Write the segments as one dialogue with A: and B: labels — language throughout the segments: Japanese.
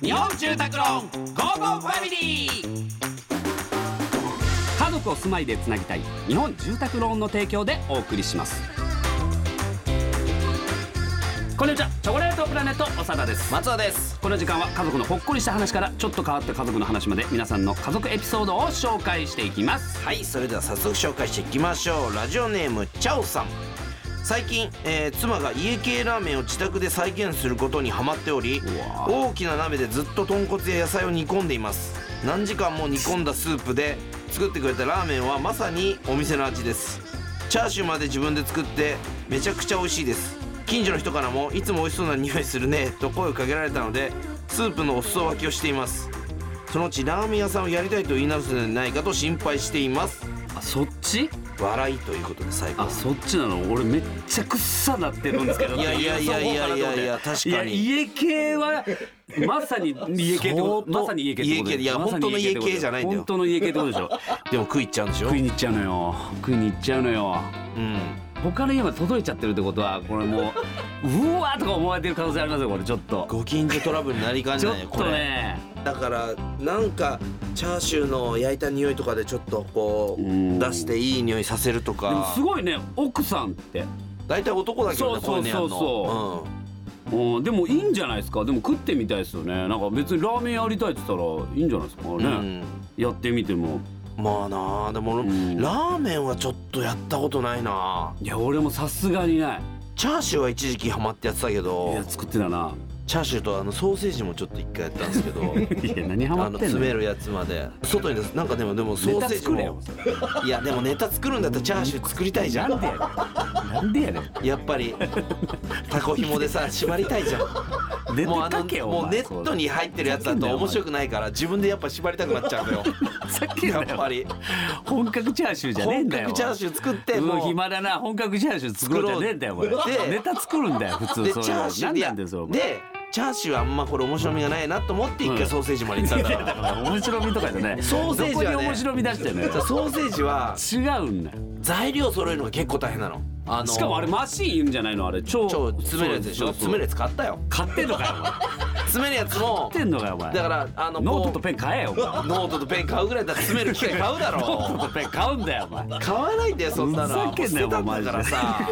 A: 日本住宅ローンゴーゴーファミリー家族を住まいでつなぎたい日本住宅ローンの提供でお送りしますこんにちはチョコレートプラネット長田です
B: 松尾です
A: この時間は家族のほっこりした話からちょっと変わった家族の話まで皆さんの家族エピソードを紹介していきます
B: はいそれでは早速紹介していきましょうラジオネームチャオさん最近、えー妻が家系ラーメンを自宅で再現することにハマっており
A: うわ
B: 大きな鍋でずっと豚骨や野菜を煮込んでいます何時間も煮込んだスープで作ってくれたラーメンはまさにお店の味ですチャーシューまで自分で作ってめちゃくちゃ美味しいです近所の人からもいつも美味しそうな匂いするねと声をかけられたのでスープのお裾分けをしていますそのうちラーメン屋さんをやりたいと言い直すのではないかと心配しています
A: あそっち
B: 笑いということで最後
A: あそっちなの俺めっちゃくっさなってるんですけど
B: いやいやいやいやいやいや確かに
A: いや家系はまさに家系ってこと
B: 相当
A: まさに家系ってこと
B: 家系いや本当の家系じゃないんだよ
A: 本当の家系ってことでし ょ
B: でも食いっちゃうんでしょ
A: 食いに行っちゃうのよ食いに行っちゃうのよ
B: うん
A: 他の家まで届いちゃってるってことはこれもううわーとか思われてる可能性ありますよこれちょっと
B: ご近所トラブルになりかね
A: ちょ
B: な
A: っ
B: いよことれ、
A: ね
B: だからなんかチャーシューの焼いた匂いとかでちょっとこ
A: うん
B: う出していい匂いさせると
A: でも
B: か
A: すごいね奥さんって
B: 大体男だけどね
A: そうそうそうそう
B: こ
A: うんでもいいんじゃないですかでも食ってみたいですよねなんか別にラーメンやりたいって言ったらいいんじゃないですか
B: ういうのやんのう
A: ね
B: ん、
A: やってみても
B: うん、まあなあでも、
A: ん
B: ラーメンはちょっとやったことないない
A: や俺もさすがにない
B: チャーシューは一時期ハマってやってたけ
A: い
B: ど
A: や作ってたな
B: チャーシューとあのソーセージもちょっと一回やったんですけ ど
A: いや何ハマ
B: あ
A: っ
B: の
A: てん
B: 詰
A: の
B: めるやつまで外に出すなんかでもでもソ
A: ネ
B: ー
A: タ
B: セージ
A: 作れよ
B: もいやでもネタ作るんだったらチャーシュー作りたいじゃん
A: なんでやねんなんでやねん
B: やっぱ りタコ紐でさ縛りたいじゃん
A: 出て
B: もうあ
A: か
B: の
A: けよ
B: もうネットに入ってるやつだと面白くないから自分でやっぱ縛りたくなっちゃうのよ
A: さっき
B: や
A: の
B: っぱり
A: 本格チャーシューじゃねえん
B: 本
A: だよ
B: 格チャーシュー作って
A: うん
B: もう
A: 暇だな本格チャーシュー作ろうじゃねえんだよこれ
B: 作ろうで
A: ネタ作るんだよ普
B: で
A: 通
B: チ
A: そう
B: ャーシュー
A: 何
B: で
A: なんだよそれお前
B: でチャーシューはあんまこれ面白みがないなと思って一
A: うん
B: 回ソーセージまで行ったん だ
A: い
B: か
A: やだ
B: ら
A: から面白みとかじゃない
B: ソーセージはね
A: どこに面白み出してんのよ
B: じゃあソーセージは
A: 違うんだよ
B: 材料揃えるのが結構大変なのあの
A: しかもあれマシーンいるんじゃないのあれ超
B: 超詰めるやつでし
A: そ
B: ょ
A: うそう
B: 詰めるやつ買ったよ
A: 買ってんのかよお前
B: 詰めるやつも
A: 買ってんのかよお前
B: だからあの
A: ノートと
B: こ
A: ペン買えよお前
B: うノートとペン買うぐらいだったら詰める機械買うだ
A: ノー
B: ろ
A: トとペン買うんだよお前
B: 買わないんだよそんなの
A: ふざけんなよ
B: もう捨てたんだからさ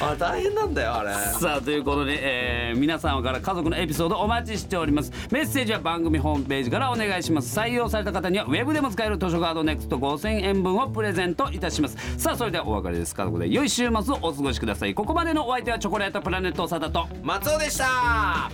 B: あれ大変なんだよあれ
A: さあということで、えー皆様から家族のエピソードお待ちしておりますメッセージは番組ホームページからお願いします採用された方にはウェブでも使える図書カード NEXT5000 円分をプレゼントいたしますさあそれではお別れです家族で良い週末をお過ごしくださいここまでのお相手はチョコレートプラネット長田と
B: 松尾でした